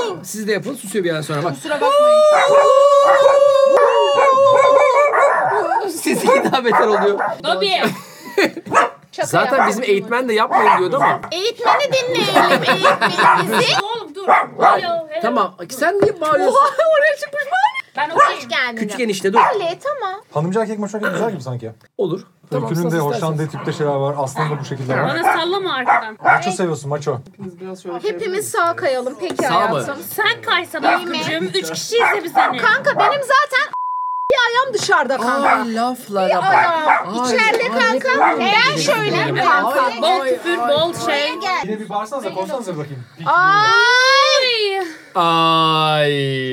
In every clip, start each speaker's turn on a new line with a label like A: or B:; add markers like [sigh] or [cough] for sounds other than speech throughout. A: Tamam siz de yapın. Susuyor bir an sonra bak.
B: Kusura bakmayın.
A: [laughs] Sesi daha beter oluyor.
B: Dobi.
C: Şaka
A: Zaten
C: yaptım.
A: bizim eğitmen de yapmayın diyordu ama.
C: Eğitmeni [laughs] dinleyelim eğitmenimizi.
B: Oğlum dur. Hello, hello.
A: Tamam. Sen niye bağırıyorsun?
B: Ben
C: Hoş
B: okuyayım.
C: geldin.
A: Küçük enişte dur.
C: Ali tamam.
D: Hanımcı erkek maçı erkek güzel gibi sanki.
A: Olur. Tamam,
D: Öykünün
A: sen
D: de
A: istersen.
D: hoşlandığı tipte şeyler var. Aslan da bu şekilde var.
B: Bana sallama arkadan.
D: Maço seviyorsun maço.
C: Hepimiz sağ kayalım peki
A: Sağ mı?
C: hayatım.
B: Sen kaysa bakıcım. Üç kişiyiz ya biz hani.
C: Kanka benim zaten bir ayağım dışarıda kanka.
A: Ay laflara bak.
C: Ayağım
A: Ay,
C: içeride
A: ay,
C: kanka.
A: ay,
C: Ben
A: ay,
C: şöyleyim
A: ay,
C: kanka.
A: ay,
B: Bol küfür, bol şey.
D: Yine bir bağırsanıza konuşsanıza bakayım.
C: Ay.
B: Ay.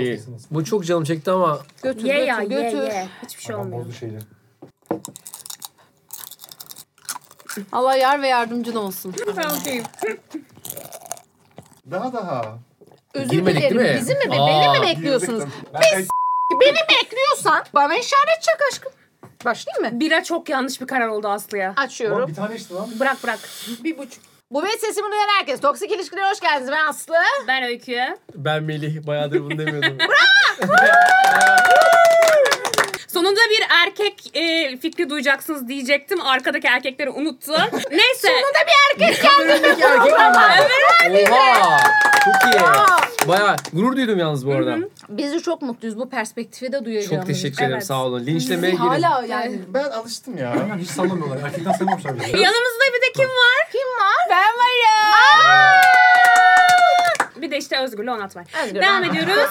A: Ay. Bu çok canım çekti ama.
C: Götür
B: Ye ya,
C: götür
B: ye
C: götür.
B: ye. Hiçbir şey
D: Tamam
B: olmuyor.
D: bozdu şeyleri.
E: Allah yar ve yardımcın olsun.
B: Ben okuyayım.
F: Daha daha.
C: Özür
A: Girmedik
C: dilerim.
A: değil mi?
C: Bizi mi? be-
A: Aa.
C: Beni mi bekliyorsunuz?
D: Ben
C: Beni bekliyorsan bana işaret çak aşkım. Başlayayım mı?
B: Bira çok yanlış bir karar oldu Aslı'ya.
D: Ulan
C: Açıyorum.
D: bir tane içti lan.
B: Bırak bırak.
C: Bu ve sesimi duyan herkes. Toksik ilişkilere hoş geldiniz. Ben Aslı.
B: Ben Öykü'ye.
A: Ben Melih bayağıdır bunu demiyordum.
B: Sonunda bir erkek e, fikri duyacaksınız diyecektim. Arkadaki erkekleri unuttu. Neyse.
C: Burada bir erkek
A: Önündeki erkek mi? Oha. Çok iyi. Bayağı gurur duydum yalnız bu arada.
C: Bizi çok mutluyuz. Bu perspektifi de duyacağımız.
A: Çok teşekkür ederim
B: Evet.
A: sağ olun. Linçlemeye gelin.
E: Hala yani.
F: Ben alıştım ya.
D: Hiç sallamıyorlar. Erkekten sevmiyorlar bile.
B: Yanımızda bir de kim var?
C: Kim var? Ben varım.
B: Bir de işte Özgür'le Onat var.
C: Özgür,
B: Devam
C: Onat.
B: ediyoruz.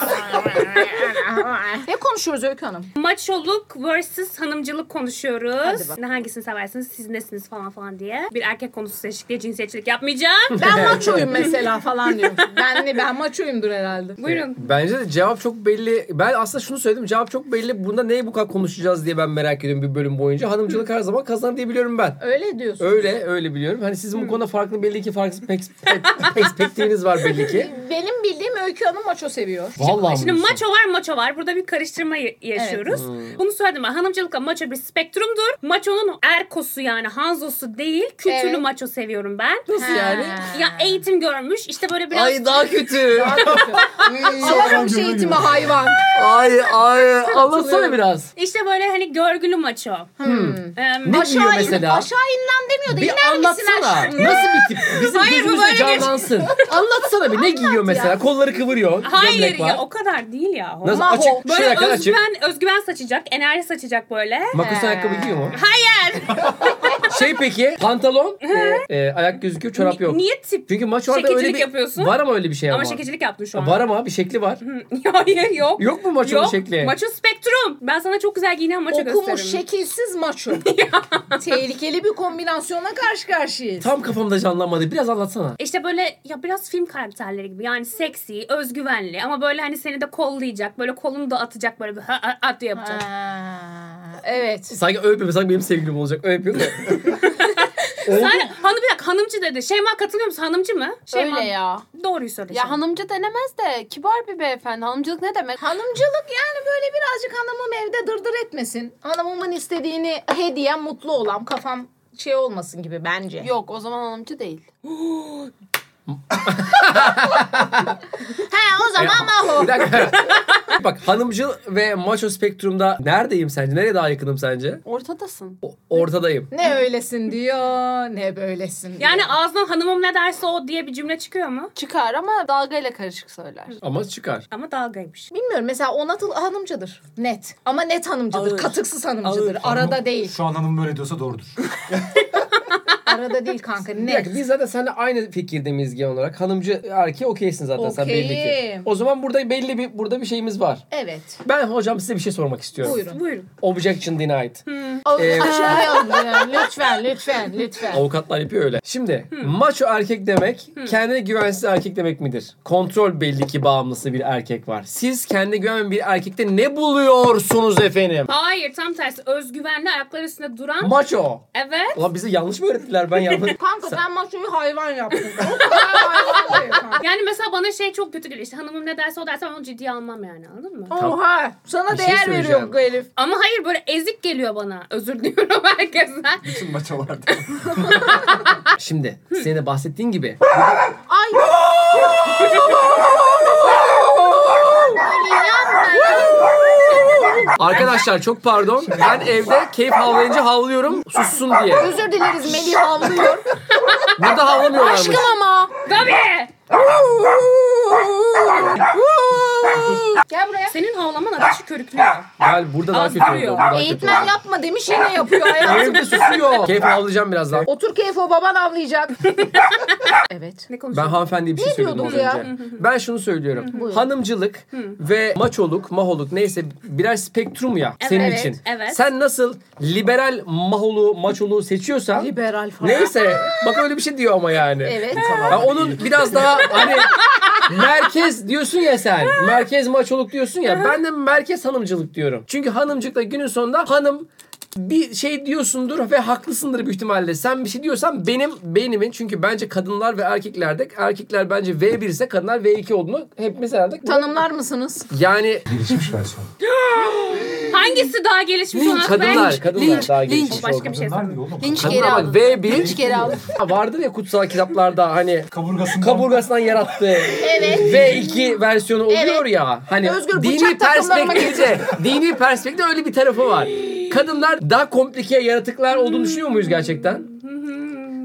C: ne konuşuyoruz Öykü Hanım?
B: Maçoluk vs hanımcılık konuşuyoruz.
C: Hadi bak.
B: Ne Hangisini seversiniz, siz nesiniz falan falan diye. Bir erkek konusu seçtik diye cinsiyetçilik yapmayacağım.
C: Ben maçoyum mesela falan diyorum. Ben ne? Ben maçoyumdur herhalde.
B: Buyurun.
A: Bence de cevap çok belli. Ben aslında şunu söyledim. Cevap çok belli. Bunda neyi bu kadar konuşacağız diye ben merak ediyorum bir bölüm boyunca. Hanımcılık her zaman kazan diye biliyorum ben.
C: Öyle diyorsun.
A: Öyle öyle biliyorum. Hani sizin bu konuda farklı belli ki farklı pek- pek- perspektifiniz var belli ki.
C: Benim bildiğim Öykü Hanım maço seviyor.
A: [laughs] Vallahi
B: Şimdi
A: mi diyorsun? Hmm.
B: maço var maço var. Burada bir karıştırma y- yaşıyoruz. Bunu söyledim ben. Hanımcılıkla maço bir spektrumdur. Maçonun erkosu yani hanzosu değil. Kültürlü
C: Evet.
B: maço seviyorum ben.
A: Nasıl yani?
B: Ya eğitim görmüş. işte böyle biraz
A: Ay daha kötü. [laughs]
C: Alamam şey eğitimi hayvan.
A: ay ay. Anlatsana biraz.
B: işte böyle hani görgülü maço.
A: Hmm.
B: Em,
A: Ne diyor
C: Aşağı in,
A: mesela?
C: aşağı inlen demiyor da
A: bir
C: iner misin
A: anlatsana.
C: aşağı?
A: Nasıl bir tip? Bizim
B: Hayır, bu
A: gözümüzde
B: böyle bir-
A: canlansın. anlatsana bir. Ne giyiyor mesela? Kolları kıvırıyor.
B: Hayır
A: gömlek var.
B: ya o kadar değil ya.
A: Nasıl
C: Maho.
A: açık? Şuraya
B: Böyle
A: kadar açık.
B: özgüven, özgüven saçacak, enerji saçacak böyle.
A: Makus ayakkabı giyiyor mu?
B: Hayır.
A: Şey peki pantolon, e, ayak gözüküyor, çorap yok.
B: Niye tip?
A: Çünkü maç orada
B: Şekilcilik
A: öyle bir
B: yapıyorsun.
A: var ama öyle bir şey ama.
B: Ama şekilcilik yaptın şu an.
A: Var ama bir şekli var.
B: Hayır [laughs] yok.
A: Yok mu maçonun
B: Yok.
A: şekli?
B: Maço spektrum. Ben sana çok güzel giyinen maço
C: Okumuş
B: gösteririm.
C: şekilsiz [laughs] maço. Tehlikeli bir kombinasyonla karşı karşıyayız.
A: Tam kafamda canlanmadı. Biraz anlatsana.
B: İşte böyle ya biraz film karakterleri gibi yani seksi, özgüvenli ama böyle hani seni de kollayacak, böyle kolunu da atacak böyle bir ha, ha, ha diye yapacak.
C: Ha, evet.
A: Sanki öyle yapıyor. Sanki benim sevgilim olacak. Öyle yapıyor. da.
B: Sen hanım bir dakika hanımcı dedi. Şeyma katılıyor musun? Hanımcı mı? Şeyma,
E: Öyle ya.
B: Doğruyu söylüyorsun.
E: Şey Ya hanımcı denemez de kibar bir beyefendi. Hanımcılık ne demek?
C: Hanımcılık yani böyle birazcık hanımım evde dırdır etmesin. Hanımımın istediğini hediye mutlu olam. Kafam şey olmasın gibi bence.
E: Yok o zaman hanımcı değil.
C: He o zaman maho.
A: bir dakika. [laughs] Bak hanımcıl ve maço spektrumda neredeyim sence? Nereye daha yakınım sence?
E: Ortadasın.
A: O- Ortadayım.
C: [laughs] Ne öylesin diyor ne böylesin diyor.
B: Yani ağzından hanımım ne derse o diye bir cümle çıkıyor mu?
E: Çıkar ama dalgayla karışık söyler.
A: Ama çıkar.
B: Ama dalgaymış.
C: Bilmiyorum mesela Onat hanımcıdır. Net. Ama net hanımcıdır. Katıksız hanımcıdır. Arada değil.
D: Şu an hanım böyle diyorsa doğrudur.
C: Arada değil kanka.
A: Bir
C: Net.
A: dakika, biz zaten seninle aynı fikirde miyiz genel olarak? Hanımcı erkeği okeysin zaten sen belli ki.
C: Okeyim.
A: O zaman burada belli bir burada bir şeyimiz var.
C: Evet.
A: Ben hocam size bir şey sormak istiyorum.
C: Buyurun.
B: Buyurun.
A: Objection denied. Ee, [laughs]
C: Açıklayalım. yani. lütfen lütfen lütfen.
A: Avukatlar yapıyor öyle. Şimdi maço erkek demek kendine güvensiz erkek demek midir? Kontrol belli ki bağımlısı bir erkek var. Siz kendine güvenmeyen bir erkekte ne buluyorsunuz efendim?
B: Hayır tam tersi. Özgüvenli ayaklar üstünde duran.
A: Maço.
B: evet.
A: Ulan bize yanlış mı öğrettiler ben yanlış.
C: [laughs] Kanka sen maçoyu hayvan yaptın. O kadar hayvan diyor kanka.
B: Yani mesela bana şey çok kötü geliyor. İşte hanımım ne derse o derse ben onu ciddiye almam yani anladın mı?
C: Oha. Sana
A: Bir şey
C: değer
A: söyleyeceğim.
C: veriyorum bu herif.
B: Ama hayır böyle ezik geliyor bana. Özür diliyorum [laughs] herkesten.
F: Bütün maça vardı.
A: Şimdi senin de bahsettiğin gibi
C: Ay.
A: Arkadaşlar çok pardon. Ben evde keyif havlayınca havlıyorum sussun diye.
C: Özür dileriz Melih havlıyor.
A: Burada havlamıyorlarmış.
E: Aşkım ama.
B: Tabii.
C: Gel buraya.
B: Senin havlaman ateşi körüklüyor.
A: Gel burada daha kötü oldu.
B: Azdırıyor.
A: bu daha kötü
C: Eğitmen
A: oldu.
C: yapma demiş yine yapıyor hayatım.
A: Evde susuyor. Keyif havlayacağım birazdan.
C: Otur keyfo baban avlayacak. [laughs] evet.
B: Ne
A: Ben
B: konuşuyorsun?
A: hanımefendiye bir şey
C: Ne
A: söyledim az
C: diyorduk
A: önce.
C: ya?
A: Ben şunu söylüyorum.
C: Buyurun.
A: Hanımcılık ve maçoluk, maholuk neyse birer spektrum ya senin
B: evet,
A: için.
B: evet.
A: Sen nasıl liberal maholu, maçoluğu seçiyorsan
C: Liberal falan.
A: neyse bak öyle bir şey diyor ama yani.
C: Evet.
A: Ha, onun biraz daha hani merkez diyorsun ya sen. Merkez maçoluk diyorsun ya. Ben de merkez hanımcılık diyorum. Çünkü hanımcılıkla günün sonunda hanım bir şey diyorsundur ve haklısındır büyük ihtimalle. Sen bir şey diyorsan benim beynimin çünkü bence kadınlar ve erkeklerde erkekler bence V1 ise kadınlar V2 olduğunu hepimiz herhalde
C: Tanımlar mısınız?
A: yani
D: Gelişmiş versiyon.
B: Hangisi daha gelişmiş
A: Linç,
B: olan
A: kadınlar,
B: ben?
A: kadınlar
E: linç,
A: daha gelişmiş
E: linç.
B: Başka bir şey
D: Kadınlar
B: sanırım.
D: diyor oğlum.
E: Linç geri
A: Kadınlar bak
E: aldım.
A: V1
E: Linç
A: [laughs]
E: geri aldım.
A: vardır ya kutsal kitaplarda hani
D: Kaburgasından.
A: kaburgasından yarattığı
C: Evet.
A: V2 versiyonu oluyor
C: Evet.
A: ya. Hani
C: Özgür,
A: dini
C: bıçak takımlarıma
A: perspektifte, dini perspektifte öyle bir tarafı var. Kadınlar daha komplike yaratıklar olduğunu düşünüyor muyuz gerçekten?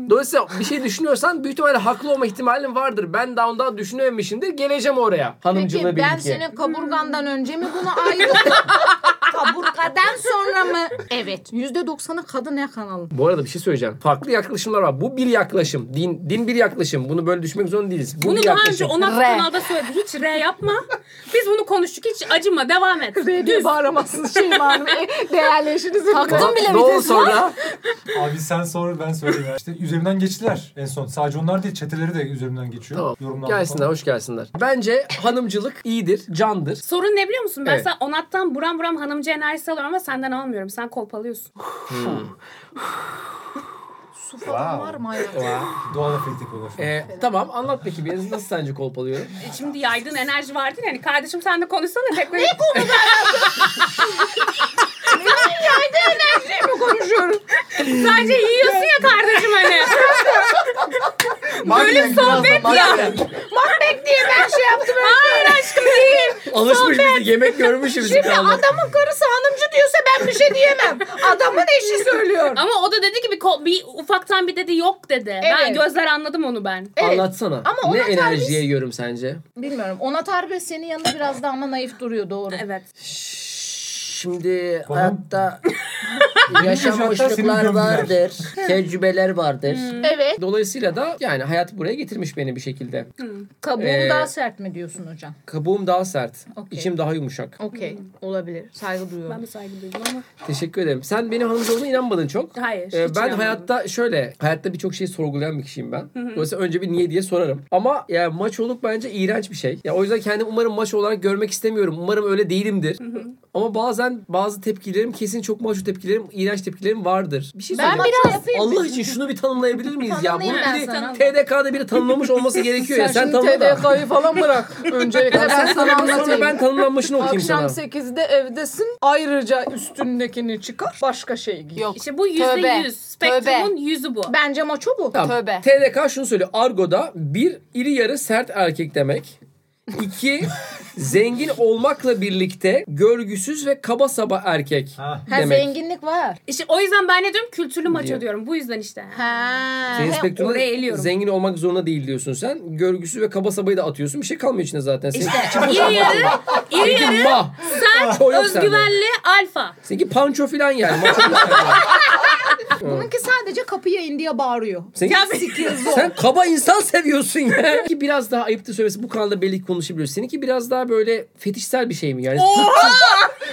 A: Dolayısıyla bir şey düşünüyorsan büyük ihtimalle haklı olma ihtimalin vardır. Ben daha ondan düşünememişimdir. Geleceğim oraya. Hanımcılığı
C: Peki ben
A: belki.
C: senin kaburgandan önce mi bunu ayrıldım? [laughs] Kaburgadan sonra mı? Evet. Yüzde doksanı kadın ya kanalım.
A: Bu arada bir şey söyleyeceğim. Farklı yaklaşımlar var. Bu bir yaklaşım. Din din bir yaklaşım. Bunu böyle düşmek zorunda değiliz. Bu
B: Bunu
A: bir
B: daha
A: yaklaşım.
B: önce ona
E: R.
B: kanalda söyledim. Hiç R yapma. Biz bunu konuştuk. Hiç acıma.
A: [laughs]
B: Devam et.
C: Düz. Bağıramazsınız şey var. Değerli eşiniz.
A: Ulan,
E: bile
A: ne oldu
E: vites
A: sonra?
D: Abi sen sor ben söyleyeyim. ya. İşte üzerimden geçtiler en son. Sadece onlar değil çeteleri de üzerimden geçiyor.
A: Tamam.
D: Yorumlarda
A: Gelsinler,
D: falan.
A: hoş gelsinler. Bence hanımcılık iyidir, candır.
B: Sorun ne biliyor musun? Ben
A: Evet.
B: sana onattan buram buram hanımcı enerjisi alıyorum ama senden almıyorum. Sen kolpalıyorsun.
C: Su falan var mı hayatım?
D: Doğal efekt yapıyorlar. falan.
A: Ee, tamam anlat peki biraz nasıl sence
C: [laughs]
A: kolpalıyorum?
B: E Şimdi yaydığın enerji vardı ya. Hani kardeşim sen de konuşsana. Tek böyle... [laughs]
C: Yayda enerjiyi mi konuşuyorum?
B: Sadece yiyorsun ya kardeşim hani.
F: Bölüm sohbet ya.
C: Macbeth diye ben şey yaptım. Hayır aşkım değil.
A: Alışmış bizi yemek görmüş bizi
C: Şimdi adamın karısı hanımcı diyorsa ben bir şey diyemem. Adamın eşi söylüyor.
B: Ama o da dedi ki bir, kol- bir ufaktan bir dedi yok dedi. Ben
C: Evet.
B: gözler anladım onu ben.
C: Evet.
A: Anlatsana.
C: Ama ona
A: ne
C: terbiyesiz-
A: enerjiye yiyorum sence?
C: Bilmiyorum. Ona tarbe senin yanında biraz daha ama naif duruyor doğru.
B: Evet.
G: Şimdi
D: Bana- [laughs]
G: hayatta
D: Yaşam
G: yaşam
D: hayatta senin
G: hoşluklar
D: gömdüler.
G: vardır, tecrübeler vardır.
C: Evet.
A: Dolayısıyla da yani hayat buraya getirmiş beni bir şekilde.
C: Hmm. Kabuğum
A: Ee,
C: daha sert mi diyorsun hocam?
A: Kabuğum daha sert,
C: Okey.
A: içim daha yumuşak.
C: Okey. Olabilir. Saygı duyuyorum.
B: Ben de saygı duydum ama.
A: Teşekkür ederim. Sen benim hanımcı olduğuna inanmadın çok.
B: Hayır.
A: Ee,
B: hiç
A: ben
B: inanmadım.
A: hayatta şöyle, hayatta birçok şeyi sorgulayan bir kişiyim ben. Dolayısıyla önce bir niye diye sorarım. Ama ya maç olup bence iğrenç bir şey. Ya o yüzden kendimi umarım maç olarak görmek istemiyorum. Umarım öyle değilimdir. Ama bazen bazı tepkilerim kesin çok maço tepkilerim, iğrenç tepkilerim vardır. Bir şey
C: Ben
A: söyleyeceğim.
C: biraz yapayım.
A: Allah için şunu bir tanımlayabilir miyiz ya? Bunu
C: Tanımlayayım ben
A: biri
C: sana.
A: TDK'da biri tanımlamış olması gerekiyor ya. E, Sen tanımla da.
C: TDK'yı falan bırak. [laughs] Öncelikle ben sana
A: Sonra
C: anlatayım.
A: ben tanımlanmışını okuyayım
C: Akşam
A: sana.
C: 8'de evdesin. Ayrıca üstündekini çıkar. Başka şey giy.
E: Yok.
B: İşte bu yüzde
E: Tövbe.
B: yüz. Spektrumun yüzü bu.
C: Bence maço bu.
A: Tamam.
E: Tövbe.
A: TDK şunu söylüyor. Argo'da bir iri yarı sert erkek demek. İki zengin olmakla birlikte görgüsüz ve kaba saba erkek
D: Ha.
C: Ha,
A: demek.
C: zenginlik var.
B: İşte o yüzden ben ne diyorum? Kültürlü maço
A: Diyor.
B: diyorum. Bu
A: [laughs]
B: yüzden işte.
C: Ha.
A: Senin
C: He,
A: spektrumda
B: oraya eliyorum.
A: zengin olmak zorunda değil diyorsun sen. Görgüsüz ve kaba sabayı da atıyorsun. Bir şey kalmıyor içinde zaten. Senin
B: İri yarı, iri yarı
A: için mah.
B: sen
A: Çoğu yok sende.
B: özgüvenli alfa.
A: Seninki panço falan yani. Maço falan.
B: [laughs]
C: Bununki sadece kapıya in diye bağırıyor.
A: Seninki- sen kaba insan seviyorsun ya. Ki biraz daha ayıptı söylemesi bu kanalda belli ki konuşabiliyoruz. Seninki biraz daha böyle fetişsel bir şey mi yani?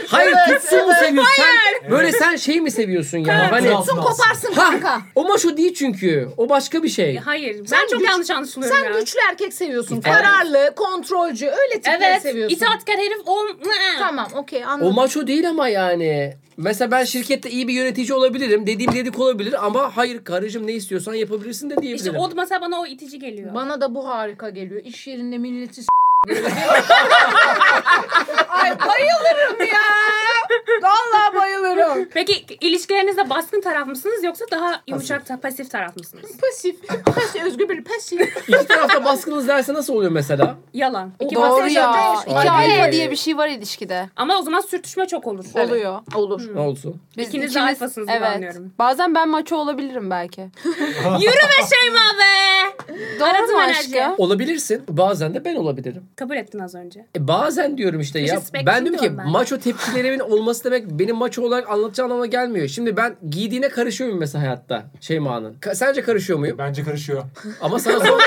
A: Hayır tutsun mu seviyorsun? Sen, böyle sen şey mi seviyorsun ya? Hani
D: Tutsun
C: Koparsın kanka.
A: o maşo değil çünkü. O başka bir şey.
B: Hayır. ben
C: Sen
B: çok
C: güç-
B: yanlış anlaşılıyorum
C: Sen
B: ya.
C: güçlü erkek seviyorsun. Kararlı, kontrolcü. Öyle tipleri
B: Evet.
C: seviyorsun.
B: İtaatkar herif o.
C: Tamam okey
A: O
C: anladım.
A: maço değil ama yani. Mesela ben şirkette iyi bir yönetici olabilirim. Dediğim dedik olabilir ama hayır karıcığım ne istiyorsan yapabilirsin de
B: İşte
A: diyebilirim.
B: o mesela bana o itici geliyor.
C: Bana da bu harika geliyor. İş yerinde milleti s- [laughs] Ay bayılırım ya. Vallahi bayılırım.
B: Peki ilişkilerinizde baskın taraf mısınız yoksa daha yumuşak ta- pasif taraf mısınız?
C: Pasif. Pasif. Özgür bir pasif. [laughs]
A: İki tarafta baskınız derse nasıl oluyor mesela?
B: Yalan. İki
C: Doğru
B: masaj
C: ya.
B: yaptı.
E: İki
G: Ay,
E: alfa
G: bir-
E: diye bir şey var ilişkide.
B: Ama o zaman sürtüşme çok olur.
E: Oluyor.
C: Olur.
A: Ne olsun?
E: Biz
B: İkiniz de alfasınız gibi anlıyorum.
E: Bazen ben maço olabilirim belki.
B: Yürü be Şeyma be!
E: Doğru mu
B: enerjiyi.
E: aşkım?
A: Olabilirsin. Bazen de ben olabilirim.
B: Kabul ettin az önce.
A: E bazen diyorum işte ya.
B: Respect
A: Ben diyorum ki
B: diyorum ben.
A: maço tepkilerimin olması demek benim maço olarak anlatacağı anlamına gelmiyor. Şimdi ben giydiğine karışıyor muyum mesela hayatta Şeyma'nın? Ka- sence karışıyor muyum?
D: Bence karışıyor.
A: Ama sana sonra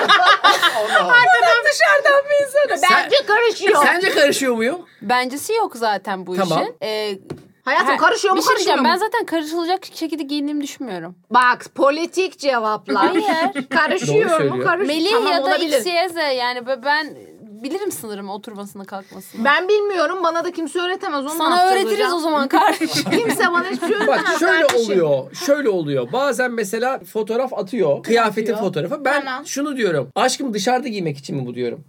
C: Dışarıdan bir insana. Bence karışıyor.
A: sence karışıyor muyum?
E: Bencesi yok zaten bu
A: Tamam.
E: işin. Ee,
C: Hayatım
E: Ha,
C: karışıyor mu
E: bir şey
C: karışmıyor
E: diyeceğim.
C: mu?
E: Ben zaten karışılacak şekilde giyindiğimi düşünmüyorum.
C: Bak politik cevaplar.
E: Hayır.
A: Doğru
C: [laughs] karışıyor mu?
A: söylüyor.
C: Karışıyor.
E: Melih
C: Tamam,
E: ya da
C: olabilir.
E: XYZ yani ben- ben bilirim sınırımı oturmasını kalkmasını.
C: Ben bilmiyorum. Bana da kimse öğretemez. Onu
E: Sana öğretiriz o [laughs] zaman kardeşim.
C: Kimse bana hiçbir şey
A: Bak
C: öğretemez.
A: şöyle
C: kardeşim.
A: oluyor. Şöyle oluyor. Bazen mesela fotoğraf atıyor. Kıyafetin fotoğrafı. Ben
C: Tamam.
A: şunu diyorum. Aşkım dışarıda giymek için mi bu diyorum.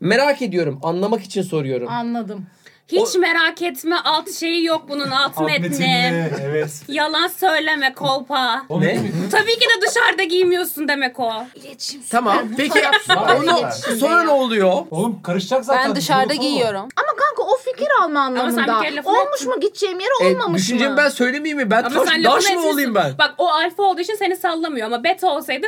A: Merak ediyorum. Anlamak için soruyorum.
C: Anladım.
B: Hiç merak etme alt şeyi yok bunun alt
D: Alt
B: metni.
D: metinde, Evet.
B: Yalan söyleme kolpa.
D: O
A: Ne?
D: metni-
B: Tabii ki de dışarıda giymiyorsun demek o.
C: İletişim.
A: Tamam. Peki onu sonra ne oluyor?
D: Oğlum karışacak zaten.
E: ben dışarıda
D: Yok, oğlum.
E: giyiyorum.
C: Ama kanka o fikir alma
B: sen bir
C: anlamında.
B: kere lafını
C: Olmuş mu gideceğim
A: E,
C: yere olmamış
A: düşüncemi
C: mı?
A: ben söylemeyeyim mi? Ben
B: Ama
A: taş,
B: sen
A: daş
B: lafını
A: mı olayım ben?
B: Bak o alfa olduğu için seni sallamıyor ama beta [laughs] olsaydı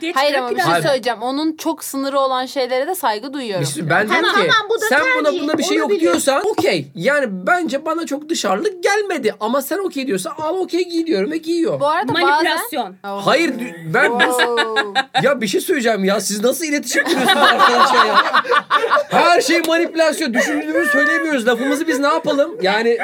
B: diye
E: Hayır
B: çıkarıp
E: ama bir
B: gider.
E: şey
A: Abi.
E: söyleyeceğim. Onun çok sınırı olan şeylere de saygı
A: Bir
E: duyuyorum.
A: sürü- ben diyorum
C: Tamam,
A: ki
C: tamam, bu da
A: sen buna
C: tercih,
A: buna bir şey yok
C: olabilir.
A: diyorsan okey. Yani bence bana çok dışarılık gelmedi. Ama sen okey diyorsan al okey giy diyorum ve giyiyor.
E: Bu arada bazen...
B: Manipülasyon.
A: Hayır dü- ben [laughs] ya bir şey söyleyeceğim ya siz nasıl iletişim kuruyorsunuz arkadaşlar ya? Her şey manipülasyon. Düşündüğümüzü söylemiyoruz. Lafımızı biz ne yapalım? Yani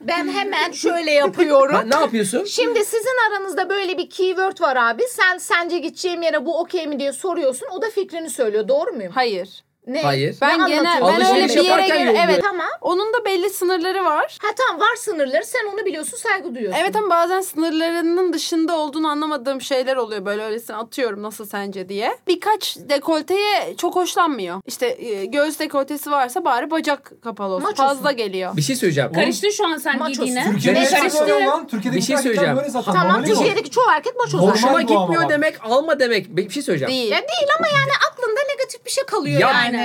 C: Ben hemen şöyle yapıyorum.
A: [laughs] ben- ne yapıyorsun?
C: Şimdi sizin aranızda böyle bir keyword var abi. Sen sence gideceğim yere bu okey mi diye soruyorsun. O da fikrini söylüyor. Doğru muyum?
E: Hayır.
C: Ne?
A: Hayır.
E: Ben
C: Ne
E: genel
C: anlatıyorsun?
E: ben öyle
A: Alışveriş
E: bir yere
A: yaparken
E: göre
A: yolluyor.
E: evet.
C: Tamam.
E: Onun da belli sınırları var.
C: Ha tamam var sınırları. Sen onu biliyorsun. Saygı duyuyorsun.
E: Evet ama bazen sınırlarının dışında olduğunu anlamadığım şeyler oluyor böyle öylesine atıyorum nasıl sence diye. Birkaç dekolteye çok hoşlanmıyor. İşte e, göğüs dekoltesi varsa bari bacak kapalı olsun.
C: Maç
E: Fazla geliyor.
A: Bir şey söyleyeceğim.
B: Karıştın şu an sen
C: Maçosun.
B: giydiğine.
D: Türkiye'de
A: Ne
D: ne
A: karıştı?
D: karıştı? Lan. Türkiye'de
A: Bir şey söyleyeceğim.
D: Böyle zaten.
C: Tamam
D: normali bu.
C: Türkiye'deki çoğu erkek maç o
A: Hoşuma
C: zaman.
D: Normal bu ama
A: gitmiyor
D: bak.
A: demek alma demek. Bir şey söyleyeceğim.
E: Değil.
C: Ya değil ama yani aklında negatif bir şey kalıyor
A: Ya-
C: yani.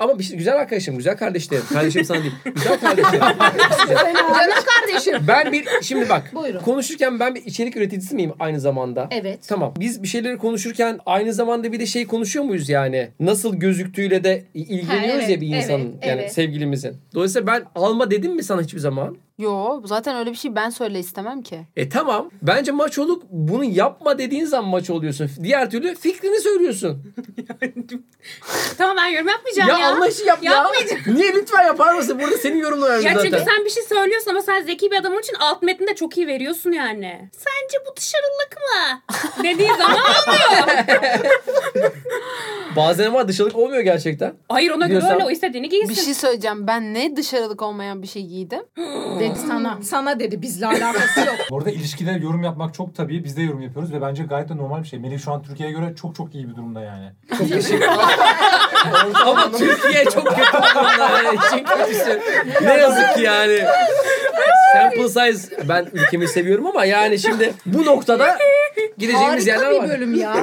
A: Ama bir şey- güzel arkadaşım, güzel kardeşlerim. Kardeşim sana değil. Güzel kardeşlerim.
C: Canım kardeşim.
A: ben bir şimdi bak
C: Buyurun.
A: konuşurken ben bir içerik üreticisi miyim aynı zamanda?
C: Evet.
A: Tamam. Biz bir şeyleri konuşurken aynı zamanda bir de şey konuşuyor muyuz yani? Nasıl gözüktüğüyle de ilgileniyoruz
C: Ha, evet,
A: ya bir
C: evet,
A: insanın yani
C: evet.
A: sevgilimizin. Dolayısıyla ben alma dedim mi sana hiçbir zaman?
E: Yo zaten öyle bir şey ben söyle istemem ki.
A: E tamam. Bence maç olup bunu yapma dediğin zaman maç oluyorsun. Diğer türlü fikrini söylüyorsun.
B: Tamam ben yorum
A: Ya,
B: yapmayacağım ya.
A: anlayışı yap ya.
B: Yapmayacağım.
A: Niye lütfen yapar mısın? Burada senin yorumlarını
B: Ya
A: zaten.
B: çünkü sen bir şey söylüyorsun ama sen zeki bir adam olduğun için alt metni de çok iyi veriyorsun yani. Sence bu dışarılık mı? [laughs] Dediği zaman olmuyor.
A: Bazen ama dışarılık olmuyor gerçekten.
B: Hayır ona göre
A: Diyorsam-
B: öyle o istediğini giysin.
E: Bir şey söyleyeceğim. Ben ne dışarılık olmayan bir şey giydim.
C: Dedi sana. Sana dedi bizle alakası
A: [laughs]
C: yok.
D: Bu arada ilişkide yorum yapmak çok tabii. Biz de yorum yapıyoruz ve bence gayet de normal bir şey. Melih şu an Türkiye'ye göre çok çok iyi bir durumda yani.
A: Ama Türkiye çok kötü durumda. Yani işin kötüsü. Ne yazık ki yani. Sample size ben ülkemi seviyorum ama yani şimdi bu noktada gideceğimiz
C: Harika
A: yerler
C: bir
A: var. [laughs]
C: bölüm ya.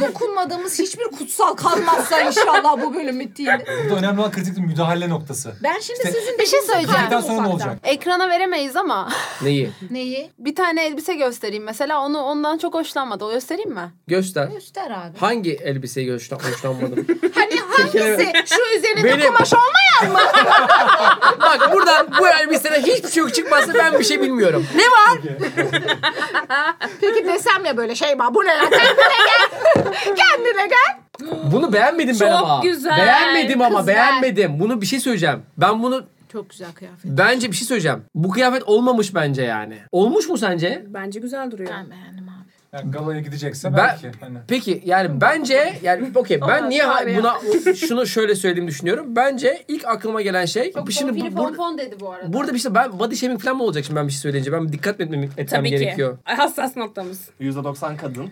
C: Dokunmadığımız hiçbir kutsal kalmazsa inşallah bu bölüm bittiğinde.
D: Burada önemli olan kritik müdahale noktası.
C: Ben şimdi
D: İşte
C: sizin
E: bir şey
C: dediğinize
E: söyleyeceğim.
C: kaydım
D: Bittikten sonra ne
C: ufaktan.
D: olacak?
E: Ekrana veremeyiz ama
A: Neyi?
C: Neyi?
E: bir tane elbise göstereyim mesela. Onu ondan çok hoşlanmadı. O göstereyim mi?
A: Göster.
C: Göster abi.
A: Hangi elbiseyi göster hoşlanmadım?
C: Hani hangisi? Şu üzerinde
A: Benim.
C: kumaş olmayan mı?
A: Bak buradan bu elbisede hiçbir şey yok çıkmazsa ben bir şey bilmiyorum. Ne var?
C: Peki desem ya böyle şey bu ne lan? Kendine gel. Kendine gel.
A: Bunu beğenmedim ben
B: Çok
A: ama.
B: güzel.
A: Beğenmedim ama
C: Kız ver.
A: beğenmedim. Bunu bir şey söyleyeceğim. Ben bunu
C: Çok güzel kıyafet.
A: bence bir şey söyleyeceğim. Bu kıyafet olmamış bence yani. Olmuş mu sence?
B: Bence güzel duruyor.
C: Ben beğendim abi.
D: Yani galaya gidecekse
A: Ben-
D: belki. Hani.
A: Peki yani bence yani okey ben
C: Aa,
A: niye ha-
C: var ya.
A: buna şunu şöyle söylediğimi düşünüyorum. Bence ilk aklıma gelen şey
E: Çok
A: şimdi
E: konfili
A: bu- bur-
E: fonfon dedi bu arada.
A: burada bir işte ben body shaming falan mı olacak şimdi ben bir şey söyleyince ben dikkat etmem etmem
B: Tabii
A: gerekiyor.
B: ki. Hassas noktamız. [laughs]
F: %90 kadın.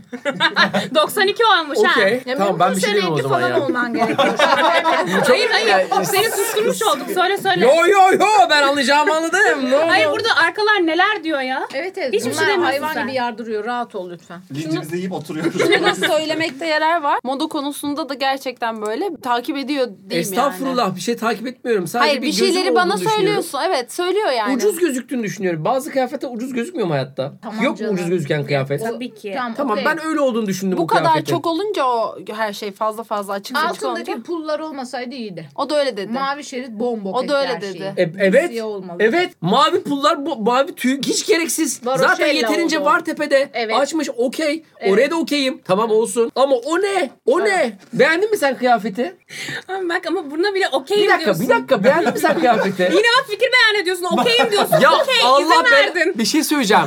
B: 92 olmuş ha.
A: Okey.
C: Ya
A: Tamam ben bir şey demiyorum o
C: renkli
A: zaman
C: falan
A: ya. [laughs]
C: olman gerekiyor. Yani
B: Hayır hayır. Seni susturmuş olduk. Söyle söyle.
A: Yo yo yo ben anlayacağımı anladım. Ne oldu?
B: Hayır burada arkalar neler diyor ya.
C: evet evet.
B: Hiçbir şey
C: Bunlar
B: demiyorsun
C: hayvan
B: sen.
C: gibi yardırıyor. Rahat ol lütfen.
F: Lincimizi yiyip oturuyoruz.
E: Bunu söylemekte yarar var. Moda konusunda da gerçekten böyle takip ediyor değil
A: Estağfurullah bir şey takip etmiyorum. Sadece
E: Hayır bir,
A: gözüm
E: şeyleri
A: olduğunu
E: bana
A: düşünüyorum.
E: söylüyorsun. Evet söylüyor yani.
A: Ucuz gözüktüğünü düşünüyorum. Bazı kıyafetler ucuz gözükmüyor mu hayatta?
C: Tamam
A: Yok
C: canım.
A: mu ucuz gözüken kıyafet?
B: Tabii ki.
A: Tamam
C: okey.
A: ben öyle olduğunu düşündüm bu,
E: bu kadar
A: kıyafetin.
E: çok olunca o her şey fazla fazla açık saçık olunca.
C: Altındaki pullar olmasaydı iyiydi.
E: O da öyle dedi.
C: Mavi şerit bombok
E: O
C: etti
E: da öyle
C: her şeyi.
E: dedi.
A: E, evet.
C: Siyah olmalı.
A: Evet. Mavi pullar, bu, mavi tüy hiç gereksiz.
C: Varoşella
A: Zaten yeterince
C: oldu.
A: var tepede.
C: Evet.
A: Açmış okey.
C: Evet.
A: Oraya da okeyim. Tamam olsun. Ama o ne? O ne? Beğendin mi sen kıyafeti?
B: Ama bak ama buna bile okeyim
A: Bir dakika,
B: diyorsun.
A: bir dakika. Beğendin mi sen kıyafeti?
B: [laughs] Yine bak fikir beyan ediyorsun.
A: [laughs]
B: Okeyim diyorsun.
A: ya
B: Okey
A: Allah
B: izin
A: ben
B: verdin.
A: bir şey söyleyeceğim.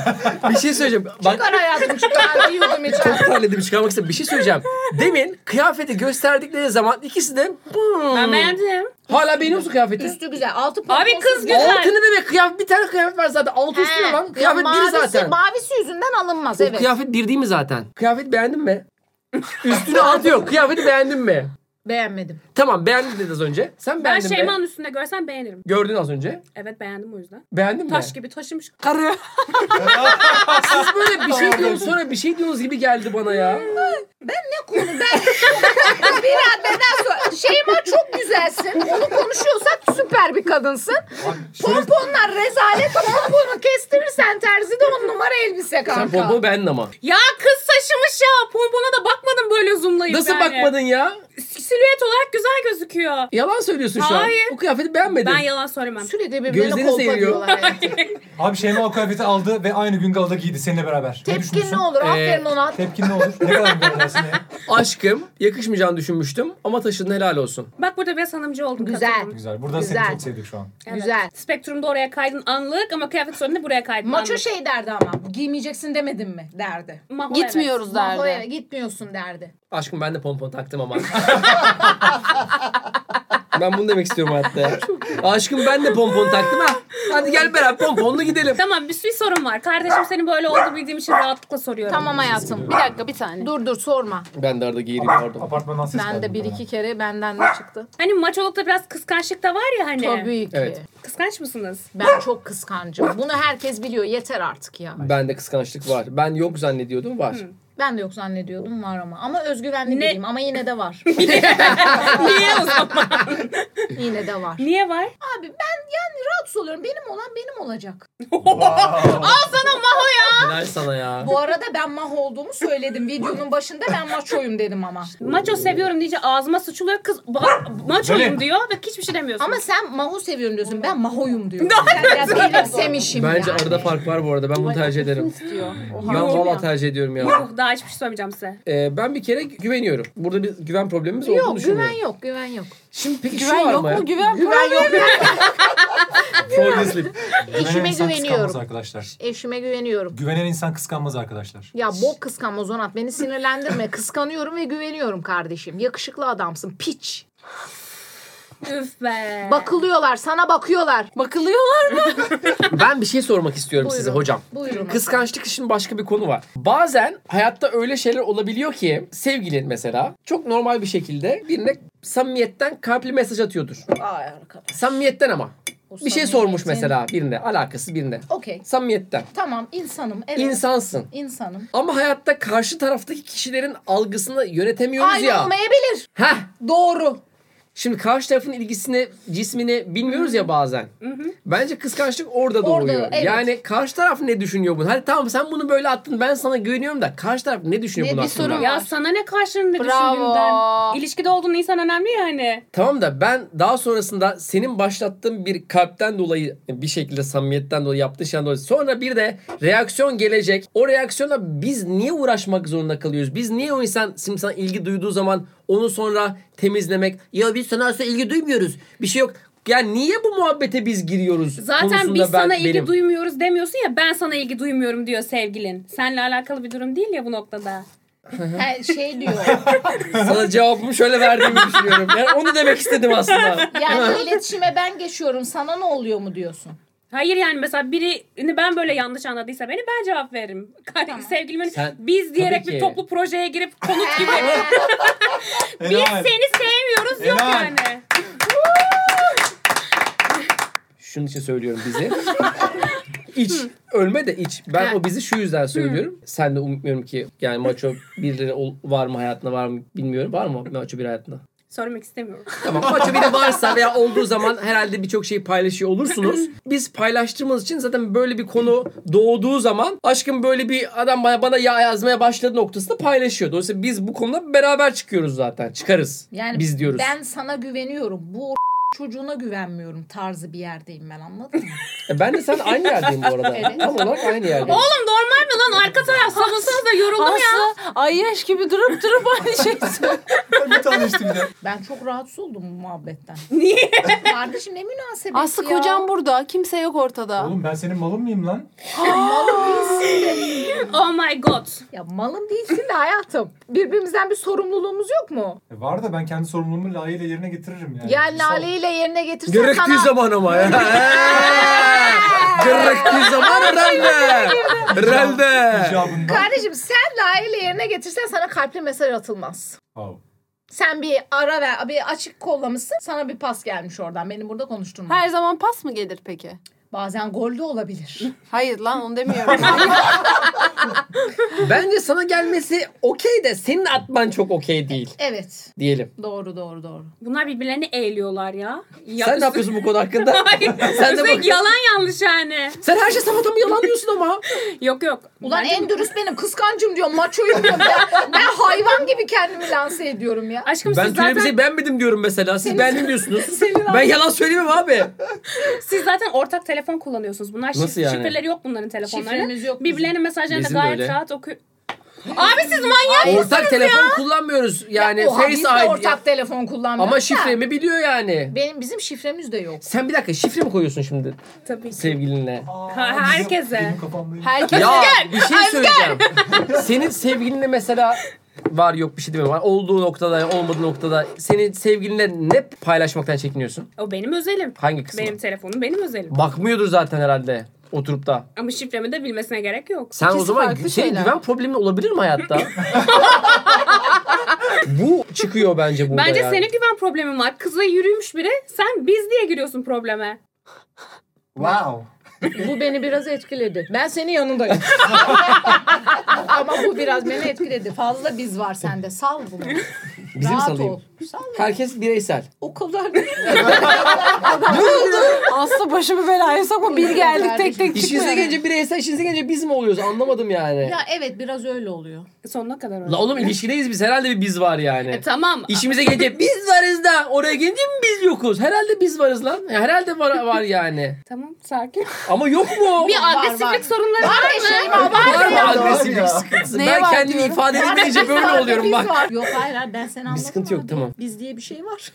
A: Bir şey söyleyeceğim. Bak
C: Çıkar
A: [laughs]
C: hayatım çıkar diyordum hiç.
A: çok terledim çıkarmak istedim. Bir şey söyleyeceğim. Demin kıyafeti gösterdikleri zaman ikisi de hmm,
B: Ben beğendim.
A: hala beğeniyor musun kıyafeti?
C: Üstü güzel. Altı
B: Abi
C: pantolonsuz
B: kız güzel.
A: Altını bebek kıyafet bir tane kıyafet var zaten. Altı üstü ne
C: He,
A: lan? Kıyafet bir
C: mavisi-
A: zaten.
C: Mavisi yüzünden alınmaz
A: O
C: evet.
A: Kıyafet bir değil mi zaten? Kıyafet beğendin mi? [laughs] Üstüne altı yok. Kıyafeti beğendin mi?
C: Beğenmedim.
A: Tamam beğendin dedin az önce. Sen
B: Ben
A: beğendin mi?
B: Şeyma'nın üstünde görsem beğenirim.
A: Gördün az önce.
B: Evet beğendim o yüzden.
A: Beğendin mi?
B: Taş gibi taşımış.
A: Karı. Siz böyle bir
B: [laughs]
A: şey diyorsunuz sonra bir şey diyorsunuz gibi geldi bana ya.
C: Konu ben. Biraz benden sonra. Şeyma çok güzelsin. Onu konuşuyorsak süper bir kadınsın.
D: [laughs] Abi şöyle-
C: Pomponlar rezalet. Pomponu kestirirsen terzide on numara elbise kanka.
A: Sen pomponu beğendin ama.
B: Ya kız şey taşımış ya. Pompona da bakmadım böyle zoomlayıp
A: Nasıl
B: yani.
A: bakmadın ya?
B: Silüet olarak güzel gözüküyor.
A: Yalan söylüyorsun şu an.
B: Hayır.
A: O kıyafeti beğenmedin.
B: Ben yalan söylemem.
C: Sürekli birbirlerine
A: Gözlerini
C: kolpa
A: seyiriyor.
C: diyorlar. evet.
D: Abi Şeyma o kıyafeti aldı ve aynı gün galada giydi seninle beraber. Ne
C: Tepkin
D: düşünüyorsun?
C: ne
A: [laughs]
C: olur? Aferin
A: Ee,
C: ona.
D: Tepkin ne olur? Ne kadar bir edersin? ya?
A: Aşkım yakışmayacağını düşünmüştüm ama taşıdın helal olsun.
B: Bak burada biraz hanımcı oldum.
C: Güzel.
B: katıldım.
D: Güzel. Buradan
C: Güzel.
D: seni çok sevdik şu an.
C: Güzel.
B: Spektrumda oraya kaydın anlık ama kıyafet sorununda buraya kaydın
C: Maço
B: anlık.
C: şey derdi ama. Giymeyeceksin demedim mi? Derdi.
B: Maho, evet.
E: Gitmiyoruz
C: Maho eve
E: derdi.
C: gitmiyorsun derdi.
A: Aşkım ben de pompon taktım ama. [laughs] ben bunu demek istiyorum hatta. Aşkım ben de pompon taktım ha. Hadi gel beraber pomponla gidelim.
B: Tamam bir, bir sorun var. Kardeşim senin böyle oldu bildiğim için rahatlıkla soruyorum.
C: Tamam hayatım.
E: Bir dakika bir tane.
C: Dur dur sorma.
A: Ben de arada giyireyim pardon.
D: Apartmandan ses
C: Ben de
D: geldi
C: bir
D: bana.
C: iki kere benden de [laughs] çıktı.
B: Hani maçolukta biraz kıskançlık da var ya hani.
C: Tabii ki.
A: Evet.
B: Kıskanç mısınız? [laughs]
C: Ben çok kıskancım. Bunu herkes biliyor. Yeter artık ya.
A: Ben de kıskançlık var. Ben yok zannediyordum var.
C: Ben de yok zannediyordum var ama. Ama özgüvenli
B: Ne?
C: biriyim ama yine de [laughs] var.
B: Niye o zaman?
C: yine de var.
B: Niye var?
C: Abi ben yani rahatsız oluyorum. Benim olan benim olacak.
A: Helal sana ya.
C: Bu arada ben mah olduğumu söyledim. Videonun başında ben maçoyum dedim ama.
B: Maço seviyorum deyince ağzıma sıçılıyor kız ba- maçoyum
D: Böyle.
B: diyor ve hiçbir şey demiyorsun.
C: Ama sen maho seviyorum diyorsun. Ben mahoyum diyorum. [laughs] Ben biraz benimsemişim
A: Bence
C: yani.
A: arada fark var bu arada. Ben bunu tercih ederim.
E: istiyor.
A: Ben valla tercih ediyorum ya.
B: Yok, daha hiçbir şey söylemeyeceğim size.
A: Ee, ben bir kere güveniyorum. Burada bir güven problemimiz olduğunu
C: Yok güven
A: düşünüyorum.
C: yok güven yok.
A: Şimdi peki şu
E: Güven
A: var
E: yok
A: mı?
E: mu? Güven,
C: Güven yok.
A: Fall asleep.
D: Güvenen
C: Eşime
D: insan
C: güveniyorum.
D: kıskanmaz arkadaşlar.
C: Eşime güveniyorum.
D: Güvenen insan kıskanmaz arkadaşlar.
C: Ya bok kıskanma Zonat beni sinirlendirme. Kıskanıyorum ve güveniyorum kardeşim. Yakışıklı adamsın piç.
B: Üf be.
C: Bakılıyorlar sana bakıyorlar.
E: Bakılıyorlar.
A: Ben bir şey sormak istiyorum size
C: Buyurun.
A: hocam.
C: Buyurun.
A: Kıskançlık için başka bir konu var. Bazen hayatta öyle şeyler olabiliyor ki sevgilin mesela çok normal bir şekilde birine samimiyetten kalpli mesaj atıyordur.
C: Ay arkadaş.
A: Samimiyetten ama.
C: o
A: Bir şey
C: samimiyetin-
A: sormuş mesela birine alakası birine.
C: Okey.
A: Samimiyetten.
C: Tamam insanım evet.
A: İnsansın.
C: İnsanım.
A: Ama hayatta karşı taraftaki kişilerin algısını yönetemiyoruz
C: Aynı
A: ya.
C: olmayabilir.
A: Heh.
C: Doğru.
A: Şimdi karşı tarafın ilgisini, cismini bilmiyoruz ya bazen. Bence kıskançlık orada
C: Orada,
A: doğuyor.
C: evet.
A: Yani karşı taraf ne düşünüyor bunu? Hadi tamam sen bunu böyle attın ben sana güveniyorum da karşı taraf ne düşünüyor
C: Ne
A: bunu
C: bir
A: aslında?
C: sorun
B: Ya sana ne karşılığında
E: Bravo.
B: düşündüğünden. İlişkide olduğun insan önemli hani. yani.
A: Tamam da ben daha sonrasında senin başlattığın bir kalpten dolayı bir şekilde samimiyetten dolayı yaptığın şeyden dolayı sonra bir de reaksiyon gelecek. O reaksiyonla biz niye uğraşmak zorunda kalıyoruz? Biz niye o insan şimdi sana ilgi duyduğu zaman onu sonra temizlemek. Ya biz sana aslında ilgi duymuyoruz. Bir şey yok. Yani niye bu muhabbete biz giriyoruz?
B: Zaten
A: konusunda
B: biz
A: ben-
B: sana ilgi
A: benim.
B: duymuyoruz demiyorsun ya ben sana ilgi duymuyorum diyor sevgilin. Seninle alakalı bir durum değil ya bu noktada.
C: Her şey diyor.
A: Sana cevabımı şöyle verdiğimi düşünüyorum. Yani onu demek istedim
B: [laughs]
A: aslında.
C: Yani iletişime ben geçiyorum. Sana ne oluyor mu diyorsun?
B: Hayır yani mesela birini ben böyle yanlış anladıysa beni ben cevap veririm. Sevgilimin
A: Sen-
B: biz diyerek
A: Tabii ki.
B: bir toplu projeye girip konuk gibi biz
D: Helal.
B: seni sevmiyoruz yok
D: Helal.
B: yani.
A: Şunun için söylüyorum
C: [laughs]
A: bizi. [laughs] İç. Ölme de iç. Ben
B: Ha.
A: o bizi şu yüzden söylüyorum. Sen de umutmuyorum ki yani maço birileri ol- var mı hayatında var mı bilmiyorum. Var mı maço bir hayatında?
B: Sormak istemiyorum.
A: Tamam maço biri varsa veya olduğu zaman herhalde birçok şeyi paylaşıyor
C: [clears throat]
A: olursunuz. Biz paylaştığımız için zaten böyle bir konu doğduğu zaman aşkım böyle bir adam bana, bana ya yazmaya başladı noktasında paylaşıyor. Dolayısıyla biz bu konuda beraber çıkıyoruz zaten. Çıkarız.
C: Yani
A: biz diyoruz.
C: Ben sana güveniyorum. Bu çocuğuna güvenmiyorum tarzı bir yerdeyim ben anladın mı?
A: E Ben de sen aynı yerdeyim bu arada.
C: [laughs] Evet.
A: Tam olarak aynı yerdeyim.
B: Oğlum normal mi lan arka taraf savunsanız da yoruldum ya.
E: Aslı ayyaş gibi durup durup aynı [laughs] şey söylüyor.
D: bir tane işte bir de.
C: Ben çok rahatsız oldum bu muhabbetten.
B: Niye?
C: Kardeşim ne münasebet
E: Aslı
C: ya.
E: kocam burada. Kimse yok ortada.
D: Oğlum ben senin malın mıyım lan?
B: Oh my god.
C: Ya malım değilsin de hayatım. Birbirimizden bir sorumluluğumuz yok mu?
D: E var da ben kendi sorumluluğumu layığıyla yerine getiririm yani.
C: Yani laleyle yerine getirsen
A: Gerektiği
C: sana...
A: zaman ama
C: [laughs]
A: ya. Gerektiği zaman herhalde. Herhalde.
D: İcabında.
C: Kardeşim sen laleyle yerine getirsen sana kalpli mesaj atılmaz.
D: Oh.
C: Sen bir ara ver, bir açık kollamışsın. Sana bir pas gelmiş oradan. Benim burada konuşturma.
E: Her zaman pas mı gelir peki?
C: Bazen gol de olabilir.
E: Hayır lan onu [laughs] demiyorum.
A: Bence sana gelmesi okey de senin atman çok okey değil
C: evet.
A: diyelim.
C: Doğru doğru doğru.
B: Bunlar birbirlerini eğliyorlar ya. ya
A: Sen ne
B: [laughs]
A: yapıyorsun bu konu hakkında?
B: Sen
A: Sen de bak.
B: yalan yanlış yani.
A: Sen her şey sabatamı yalanlıyorsun ama.
B: Yok yok.
C: Ulan
B: Bence-
C: en dürüst benim. Kıskancım diyor. Maçoyum diyor. Ben, ben hayvan gibi kendimi lanse ediyorum ya.
B: Aşkım
A: Ben
B: siz zaten,
A: türevizeyi beğenmedim diyorum mesela. Siz beğendim diyorsunuz.
C: Senin
A: Ben yalan söyleyemem abi.
B: siz zaten ortak telefon kullanıyorsunuz. Bunlar şif-
A: Nasıl yani?
B: şifreleri yok bunların telefonlarının.
C: Şifremiz yok. bizim.
B: Birbirlerinin mesajlarını da
A: Bizim de
B: gayet
A: öyle.
B: rahat okuyor. Abi siz manyak.
A: Ortak telefon kullanmıyoruz. Yani
C: Oha,
A: Face
C: biz de
A: ID.
C: ortak telefon kullanmıyoruz.
A: Ama
C: da.
A: şifremi biliyor yani.
C: Benim bizim şifremiz de yok.
A: Sen bir dakika şifre mi koyuyorsun şimdi
B: Tabii ki.
A: sevgilinle?
B: Ha- herkese.
D: Benim kafamda.
E: Herkes
A: Ya bir şey söyleyeceğim. Senin sevgilinle mesela var yok bir şey demiyorum. Var Olduğu noktada olmadığı noktada senin sevgilinle ne paylaşmaktan çekiniyorsun?
B: O benim özelim.
A: Hangi kısmı?
B: Benim telefonum benim özelim.
A: Bakmıyordur zaten herhalde oturup da.
B: Ama şifremi de bilmesine gerek yok.
A: Sen
E: İkisi
A: o zaman
E: farklı
A: senin
E: şeyler.
A: güven problemin olabilir mi hayatta? bu çıkıyor bence burada
B: Bence
A: yani.
B: senin güven problemin var. Kızla yürümüş biri sen biz diye giriyorsun probleme.
F: Wow.
C: Bu beni biraz etkiledi. Ben
A: [laughs]
C: senin yanındayım. Ama bu biraz beni etkiledi. Fazla biz var sende. Sal bunu.
A: Bizim
C: Rahat
A: salayım.
C: ol. Sal.
A: Herkes bireysel.
C: O kadar
A: [laughs]
E: Aslı başımı belaya sokma. Bir geldik tek tek
A: İşinize
E: çıkmıyor.
A: gelince bireysel, işinize gelince biz mi oluyoruz? Anlamadım yani.
C: Ya evet biraz öyle oluyor.
B: Sonuna kadar öyle.
A: La oğlum ilişkideyiz biz. Herhalde bir biz var yani.
B: E, tamam.
A: İşimize gelince biz varız da oraya gelince mi biz yokuz? Herhalde biz varız lan. Ya Herhalde var, var yani.
B: tamam sakin.
A: Ama yok mu?
B: [laughs] Bir
C: var,
B: agresiflik
C: var.
B: sorunları var mı?
A: var mı
F: Doğru
A: agresiflik
F: ya.
A: sıkıntısı?
E: Neye
A: ben
E: var
A: kendimi
E: diyorum?
A: ifade edemeyince böyle
C: Sende
A: oluyorum
C: biz
A: bak.
C: var. Yok hayır hayır ben seni anladım.
A: sıkıntı yok,
C: abi.
A: tamam.
C: Biz diye bir
A: [laughs]
C: şey var.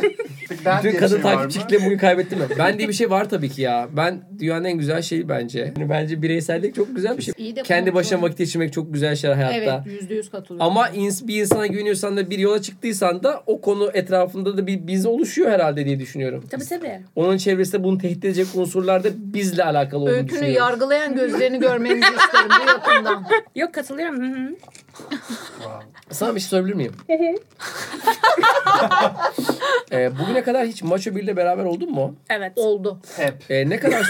F: Peki ben diye bir
A: Kadın
F: şey var mı?
A: takipçilikle bugün kaybettim mi? Ben diye bir şey var tabii ki ya. Ben dünyanın en güzel şeyi bence. Yani bence bireysellik çok güzel bir şey.
C: İyi de
A: Kendi
C: kontrol.
A: başına vakit geçirmek çok güzel şeyler hayatta.
C: Evet yüzde yüz katılıyorum.
A: Ama ins- bir insana güveniyorsan da bir yola çıktıysan da o konu etrafında da bir biz oluşuyor herhalde diye düşünüyorum.
B: Tabii tabii.
A: Onun çevresinde bunu tehdit edecek unsurlar da bizle alakalı olduğunu
C: Öykünü
A: düşünüyorum.
C: yargılayan gözlerini
E: [laughs]
C: görmenizi isterim bu yakından.
B: Yok katılıyorum. Hı hı.
A: Sana bir şey sorabilir miyim? [laughs] Ee, bugüne kadar hiç Maço Bir'le beraber oldun mu?
B: Evet. [laughs]
C: Oldu.
F: Hep.
A: Ee, ne kadar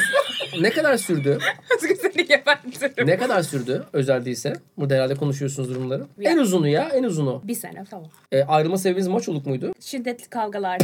A: ne kadar sürdü?
B: Seni gebertirim.
A: Ne kadar sürdü özel değilse? Burada herhalde konuşuyorsunuz durumları.
B: Ya.
A: En uzunu ya en uzunu.
B: Bir sene falan.
A: Ee, ayrılma sebebiniz Maçoluk muydu?
B: Şiddetli kavgalar.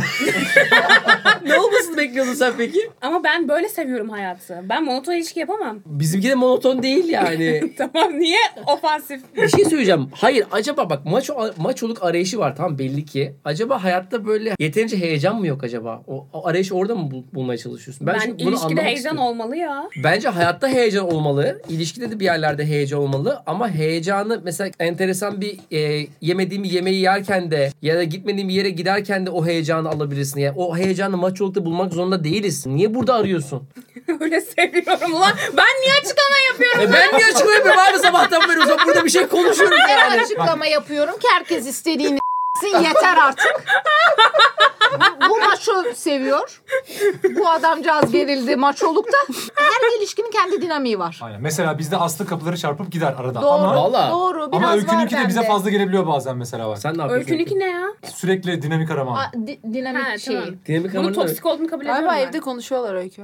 A: ne olmasını bekliyordun sen peki?
B: Ama ben böyle seviyorum hayatı. Ben monoton ilişki yapamam. [laughs]
A: Bizimki de monoton değil yani.
B: tamam niye ofansif?
A: bir şey söyleyeceğim. Hayır acaba bak maç maçoluk arayışı var tam belli ki. Acaba hayatta böyle yeterince heyecan mı yok acaba? O, o arayışı orada mı bul- bulmaya çalışıyorsun?
B: Ben,
A: çünkü bunu
B: ilişkide
A: anlamak
B: heyecan
A: istiyorum.
B: olmalı ya. [laughs]
A: Bence hayatta heyecan olmalı. İlişkide de bir yerlerde heyecan olmalı. Ama heyecanı mesela enteresan bir e, yemediğim bir yemeği yerken de ya da gitmediğim bir yere giderken de o heyecanı alabilirsin. Yani o heyecanı maç yolda bulmak zorunda değiliz. Niye burada arıyorsun?
B: Öyle seviyorum lan. Ben niye açıklama yapıyorum?
A: E ben niye açıklayayım? Ben de sabahtan beri o zaman burada bir şey konuşuyoruz
C: Ben
A: yani.
C: açıklama yapıyorum ki herkes istediğini s**sin, yeter artık. bu, bu maço seviyor. Bu adamcağız gerildi maçolukta. Her ilişkinin kendi dinamiği var.
D: Aynen. Mesela bizde aslı kapıları çarpıp gider arada.
C: Doğru.
D: Ama,
A: Valla.
C: Doğru. Biraz
D: ama
C: var
D: öykününki de
C: bende.
D: bize fazla gelebiliyor bazen mesela bak.
A: Sen ne yapıyorsun?
B: Öykününki ne ya?
D: Sürekli dinamik arama.
C: A, di- dinamik
B: Ha,
C: şey.
B: tamam.
A: Dinamik
B: Bunun
A: hamurunda-
B: toksik olduğunu kabul ediyorum
E: Galiba
B: ben.
E: evde konuşuyorlar öykü.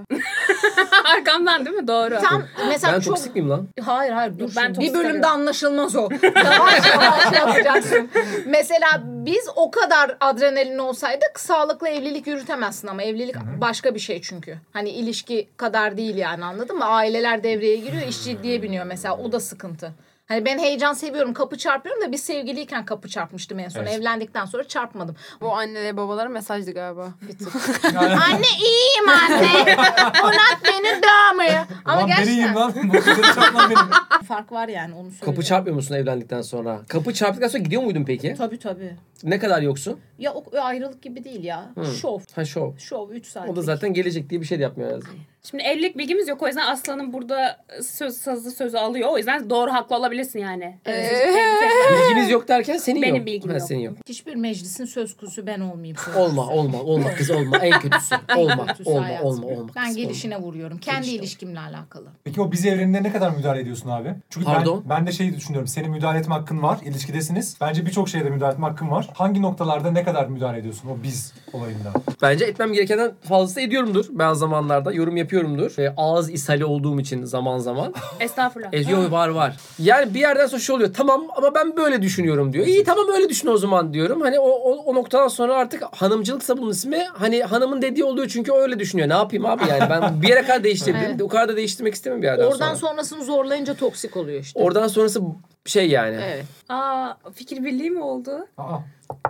B: Arkamdan değil mi? Doğru.
C: Tam mesela
A: Ben
C: çok...
A: toksik miyim lan?
C: Hayır hayır dur.
B: Yok,
C: şimdi.
B: ben toksik
C: bir bölümde
B: arıyorum.
C: anlaşılmaz o. [laughs] yavaş yavaş yapacaksın. Mesela biz o kadar adrenalin olsaydık sağlıklı evlilik yürütemezsin ama evlilik başka bir şey çünkü. Hani ilişki kadar değil yani anladın mı? Aileler devreye giriyor, iş ciddiye biniyor mesela. O da sıkıntı. Hani ben heyecan seviyorum, kapı çarpıyorum da biz sevgiliyken kapı çarpmıştım en son.
D: Evet.
C: Evlendikten sonra çarpmadım.
E: Bu annelere babalara mesajdı galiba.
C: Bir tık. anne iyiyim anne. Onat beni dövmüyor. Ama
D: lan
C: gerçekten
D: beriyim lan. Bu kadar çarpma benim.
C: fark var yani onu söyleyeyim.
A: Kapı çarpmıyor musun evlendikten sonra? Kapı çarptıktan sonra gidiyor muydun peki?
C: Tabii tabii.
A: Ne kadar yoksun?
C: Ya o ayrılık gibi değil ya. Şov.
A: Ha şov.
C: Şov 3 saat.
A: O da zaten gelecek diye bir şey de yapmıyor lazım.
B: Şimdi evlilik bilgimiz yok. O yüzden Aslan'ın burada söz, sazı sözü alıyor. O yüzden doğru haklı olabilirsin yani.
C: Evet.
E: Ee, [laughs]
B: Evlilik-
A: Bilginiz yok derken senin
B: Benim
A: yok.
B: bilgim
A: Ha,
B: yok.
A: Senin yok.
C: Hiçbir meclisin söz konusu ben olmayayım.
A: Olma olma olma kız olma en kötüsü.
C: [laughs] En
A: Olma
C: kötüsü
A: olma
C: hayatım.
A: olma olma.
C: Ben
A: kız,
C: gelişine vuruyorum. Kendi
A: Gelişine vur.
C: ilişkimle alakalı.
D: Peki o biz evrenine ne kadar müdahale ediyorsun abi? Çünkü
A: Pardon?
D: ben, ben de şeyi düşünüyorum. Senin müdahale etme hakkın var. ilişkidesiniz. Bence birçok şeyde müdahale etme hakkın var. Hangi noktalarda ne kadar müdahale ediyorsun o biz olayında?
A: olma. Bence etmem gerekenden fazlası ediyorumdur. Ben zamanlarda yorum yapıyorumdur. E, ağız ishali olduğum için zaman zaman.
B: Estağfurullah.
A: E, yok var var. Yani bir yerden sonra şu oluyor. Tamam ama ben böyle düşünüyorum diyor. İyi tamam öyle düşün o zaman diyorum. Hani o, o, o noktadan sonra artık hanımcılıksa bunun ismi hani hanımın dediği oluyor çünkü o öyle düşünüyor. Ne yapayım abi yani ben bir yere kadar
C: [laughs]
A: değiştirdim. O kadar da değiştirmek istemem bir yerden
C: Oradan
A: sonra.
C: sonrasını zorlayınca toksik oluyor işte.
A: Oradan sonrası şey yani.
C: Evet.
B: Aa fikir birliği mi oldu?
D: Aa,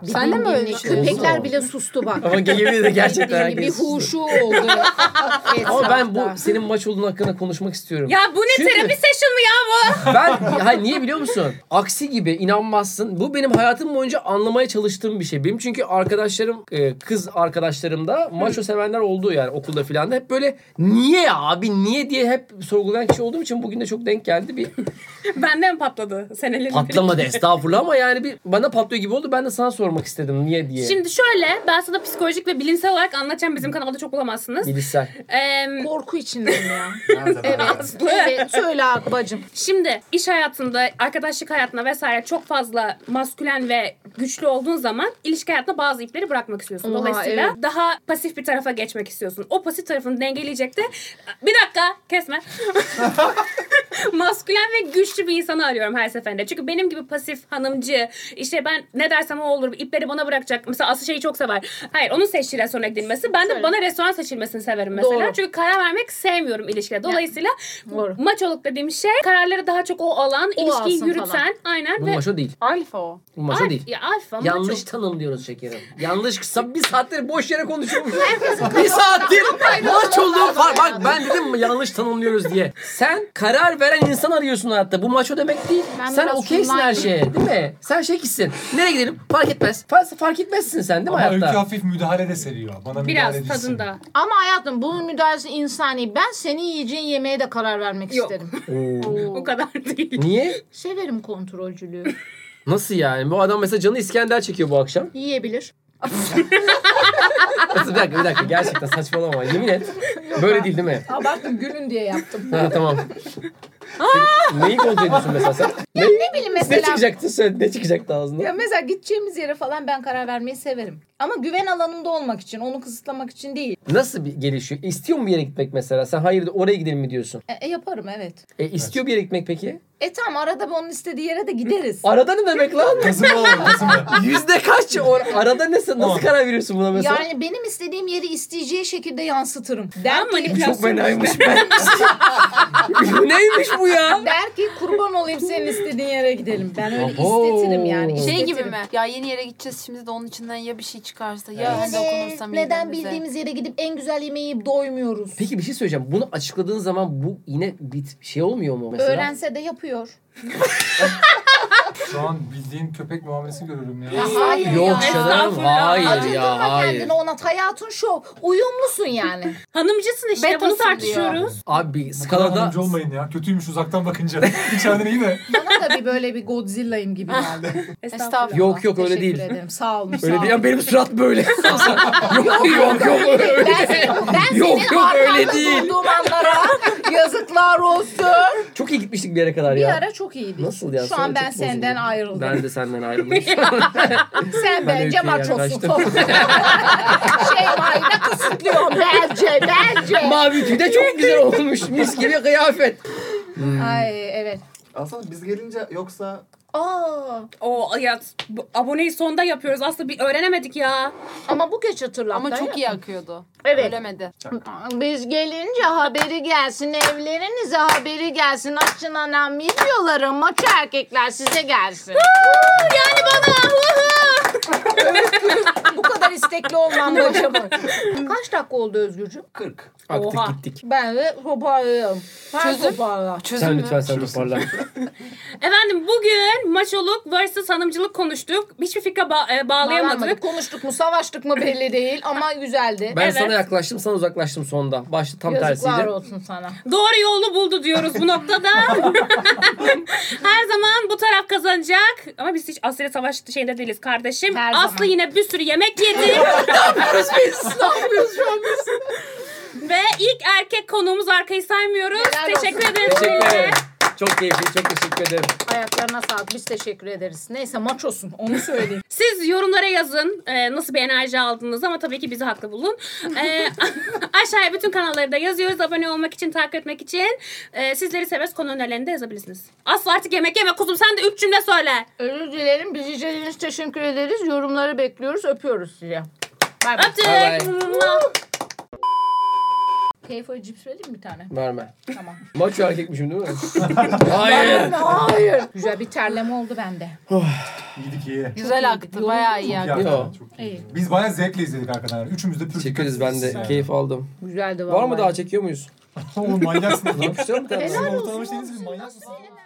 E: Sen de mi öyle düşünüyorsun?
C: Köpekler
A: Oldu.
C: bile sustu bak.
A: Ama yemin de gerçekten
C: Yani bir
A: herkes sustu.
C: huşu
A: [laughs]
C: oldu.
A: Ama ben bu
C: Etrafta.
A: senin maç olduğun hakkında konuşmak istiyorum.
B: Ya bu ne
A: Çünkü-
B: terapi session mu ya bu?
A: Ben ha, niye biliyor musun? Aksi gibi inanmazsın. Bu benim hayatım boyunca anlamaya çalıştığım bir şey. Benim çünkü arkadaşlarım e, kız arkadaşlarımda maço sevenler oldu yani okulda filan da hep böyle niye ya abi niye diye hep sorgulayan kişi olduğum için bugün de çok denk geldi
B: [laughs]
A: bir
B: Benden patladı senelerin.
A: patlamadı estağfurullah ama yani bir bana patlıyor gibi oldu. Ben de sana sormak istedim niye diye.
B: Şimdi şöyle ben sana psikolojik ve bilimsel olarak anlatacağım bizim kanalda çok bulamazsınız. [laughs]
A: Bilişsel.
B: Ee,
C: Korku içindeyim ya.
F: Evet.
B: [laughs]
C: evet söyle bacım.
B: şimdi iş hayatında, arkadaşlık hayatında vesaire çok fazla maskülen ve güçlü olduğun zaman ilişki hayatında bazı ipleri bırakmak istiyorsun.
C: Oha,
B: Dolayısıyla
C: evet.
B: daha pasif bir tarafa geçmek istiyorsun. O pasif tarafını dengeleyecek de bir dakika kesme. maskülen ve güçlü bir insanı arıyorum her seferinde. Çünkü benim gibi pasif hanımcı işte ben ne dersem o olur ipleri bana bırakacak. Mesela Aslı şeyi çok sever. Hayır onun seçtiği restorana gidilmesi. Ben de
C: Söyle.
B: bana restoran seçilmesini severim mesela.
C: Doğru.
B: Çünkü karar vermek sevmiyorum ilişkide. Dolayısıyla
C: Doğru.
B: maçoluk dediğim şey kararları daha çok o alan,
C: O
B: ilişkiyi
C: alsın
B: yürüten
C: falan.
B: aynen
A: Bu
B: ve
A: maço değil.
E: Alfa o.
A: Bu maço
B: Al-
A: değil.
B: Ya alfa
A: Yanlış
B: maço.
A: tanımlıyoruz şekerim. Yanlış kısa bir saattir boş yere
C: [laughs]
A: konuşuyormuş. bir saattir maç olduğu var. Bak ben dedim mi yanlış tanımlıyoruz diye. Sen karar veren insan arıyorsun hayatta. Bu maço demek değil.
C: Ben
A: sen
C: biraz
A: okeysin
C: sunmayayım.
A: her şeye değil mi? Sen şekilsin. Nereye gidelim? Fark etmez. Fark, fark etmezsin sen değil mi
D: Ama öykü
A: hayatta?
D: hafif müdahale de seviyor. Bana müdahale
B: Biraz
D: edilsin.
B: tadında.
C: Ama hayatım bunun müdahalesi insani. Ben senin yiyeceğin yemeğe de karar vermek
B: Yok.
C: isterim.
A: Oo.
B: O kadar [laughs] değil.
A: Niye?
C: Severim kontrolcülüğü.
A: Nasıl yani? Bu adam mesela canı İskender çekiyor bu akşam.
C: [laughs] Yiyebilir.
A: Nasıl? Bir dakika bir dakika. Gerçekten saçmalama. Yemin et. Böyle değil değil mi?
C: Abarttım gülün diye yaptım.
A: Ha tamam. Neyi kontrol ediyorsun mesela sen? Ne,
C: ne bileyim
A: ne
C: mesela.
A: çıkacaktı söyle. Ne çıkacaktı ağzından?
C: Ya mesela gideceğimiz yere falan ben karar vermeyi severim. Ama güven alanımda olmak için, onu kısıtlamak için değil.
A: Nasıl bir gelişiyor? İstiyor mu bir yere gitmek mesela? Sen hayır oraya gidelim mi diyorsun?
C: E, e, yaparım evet.
A: E, istiyor bir yere gitmek peki?
C: E tamam arada bir onun istediği yere de gideriz.
A: Arada ne demek
D: [laughs]
A: lan?
D: Kızım oğlum kızım.
A: Yüzde kaç? O, arada ne, nasıl karar veriyorsun buna mesela?
C: Yani benim istediğim yeri isteyeceği şekilde yansıtırım. Der
B: Ama
C: ki,
B: manipülasyon-
A: hani Çok
C: [laughs]
A: fenaymış ben. bu neymiş bu ya?
C: der ki kurban olayım senin istediğin yere gidelim. Ben öyle
A: Abo.
C: istetirim yani.
E: Şey
C: istetirim.
E: gibi mi? Ya yeni yere gideceğiz şimdi de onun içinden ya bir şey çıkarsa ya hani
C: Evet,
A: Ee,
E: dokunursa
C: neden
E: midemize.
C: bildiğimiz yere gidip en güzel yemeği yiyip doymuyoruz.
A: Peki bir şey söyleyeceğim. Bunu açıkladığın zaman bu yine bir şey olmuyor mu mesela?
C: Öğrense de yapıyor.
D: Şu an bildiğin köpek muamelesi görüyorum ya.
C: Ya hayır
A: Yok
C: ya.
A: canım
B: Estağfurullah.
A: hayır ya
C: Acındırma
A: hayır.
C: kendini ona hayatın şov. Uyumlusun yani.
B: Hanımcısın işte bunu
E: Betasın
B: tartışıyoruz.
A: Abi
D: Bu kadar
A: skalada
D: hanımcı olmayın ya. Kötüymüş uzaktan bakınca. [laughs] İçeriden iyi de.
C: Bana da bir böyle bir Godzilla'yım gibi geldi.
E: Estağfurullah.
A: yok yok öyle
C: Teşekkür
A: değil.
C: ederim. Sağ olun.
A: Öyle
C: sağ
A: değil.
C: olun.
A: Ya benim surat
C: [laughs]
A: böyle. yok yok yok öyle.
C: Ben, ben
A: Yok,
C: senin
A: yok, öyle
C: arkanda
A: değil.
C: durduğum anlara yazıklar olsun.
A: Çok iyi gitmiştik bir yere kadar
C: Bir
A: ya.
C: ara çok iyiydik.
A: Nasıl ya?
C: Şu
A: Sonra
C: an ben
A: çok bozuldum.
C: senden ayrıldım.
A: Ben de senden
C: [laughs]
A: ayrıldım. Ben
C: Sen bence
A: ülkeye
C: maçosun. [laughs]
A: yaklaştım.
C: şey var ne kısıtlıyorsun bence bence.
A: [laughs] Mavi tüy de çok güzel olmuş. Mis gibi kıyafet.
C: Ay evet.
F: Aslında biz gelince yoksa
C: Aa,
B: O ya bu- aboneyi sonda yapıyoruz. Aslında bir öğrenemedik ya.
C: ama bu geç hatırlattı.
E: Ama çok iyi akıyordu.
C: Evet.
E: Ölemedi.
C: Biz gelince haberi gelsin evlerinize haberi gelsin açın anam yiyorlar ama erkekler size gelsin. yani bana. Bu kadar istekli [laughs] olmam başa bak. Kaç dakika oldu Özgürcüğüm?
F: 40.
A: Aktık
B: Oha.
A: gittik.
C: Ben de toparlayayım. Ben
E: Çözüm.
C: toparla.
E: Çözüm
A: Sen
E: mü?
A: lütfen sen toparla.
B: Efendim bugün maçoluk vs hanımcılık konuştuk. Hiçbir fikre ba- e, bağlayamadık.
C: Bağlanmadık, Konuştuk mu savaştık mı belli değil ama güzeldi.
A: Ben
B: Evet.
A: sana yaklaştım sana uzaklaştım sonda. Başta tam
C: Yazıklar
A: tersiydi.
C: olsun sana.
B: Doğru yolunu buldu diyoruz bu
C: [laughs]
B: noktada. Her zaman bu taraf kazanacak. Ama biz hiç Aslı'yla savaş şeyinde değiliz kardeşim.
C: Her
B: Aslı
C: zaman.
B: yine bir sürü yemek yedi. Ve ilk erkek konuğumuz arkayı saymıyoruz.
C: Helal olsun.
B: Teşekkür ederiz.
A: Teşekkür ederim. Çok keyifli çok teşekkür ederim.
C: Ayaklarına sağlık. Biz teşekkür ederiz. Neyse maç olsun. Onu söyleyeyim.
B: Siz yorumlara yazın e, nasıl bir enerji aldığınızı ama tabii ki bizi haklı bulun.
A: [laughs]
B: E, aşağıya bütün kanalları da yazıyoruz. Abone olmak için, takip etmek için. E, sizleri severiz. Konu önerilerini de yazabilirsiniz. Aslı artık yemek yeme kuzum sen de üç cümle söyle.
C: Özür dilerim. Biz izlediğiniz için teşekkür ederiz. Yorumları bekliyoruz. Öpüyoruz sizi. Bay bay.
A: Bye
B: Öptük.
C: Keyfoy cips vereyim mi bir tane?
A: Verme.
C: Tamam.
A: Maço erkekmişim
C: [laughs]
A: değil mi? Hayır.
C: Hayır. Güzel bir terleme oldu bende.
D: İyiydik iyi.
E: Güzel aktı. Bayağı iyi aktı.
D: Ya,
A: Yo.
D: çok iyi.
C: İyi.
D: Biz bayağı zevkle izledik arkadan. Üçümüz de pür
A: Teşekkür ederiz
D: dikkat
A: ben de
D: etmişiz.
A: keyif aldım.
C: Güzeldi vallahi.
A: Var mı daha çekiyor muyuz?
D: Oğlum manyaksın lan.
C: [laughs]
A: Yapıştıralım bir tane.
D: Ortalamış değiliz biz manyaksın.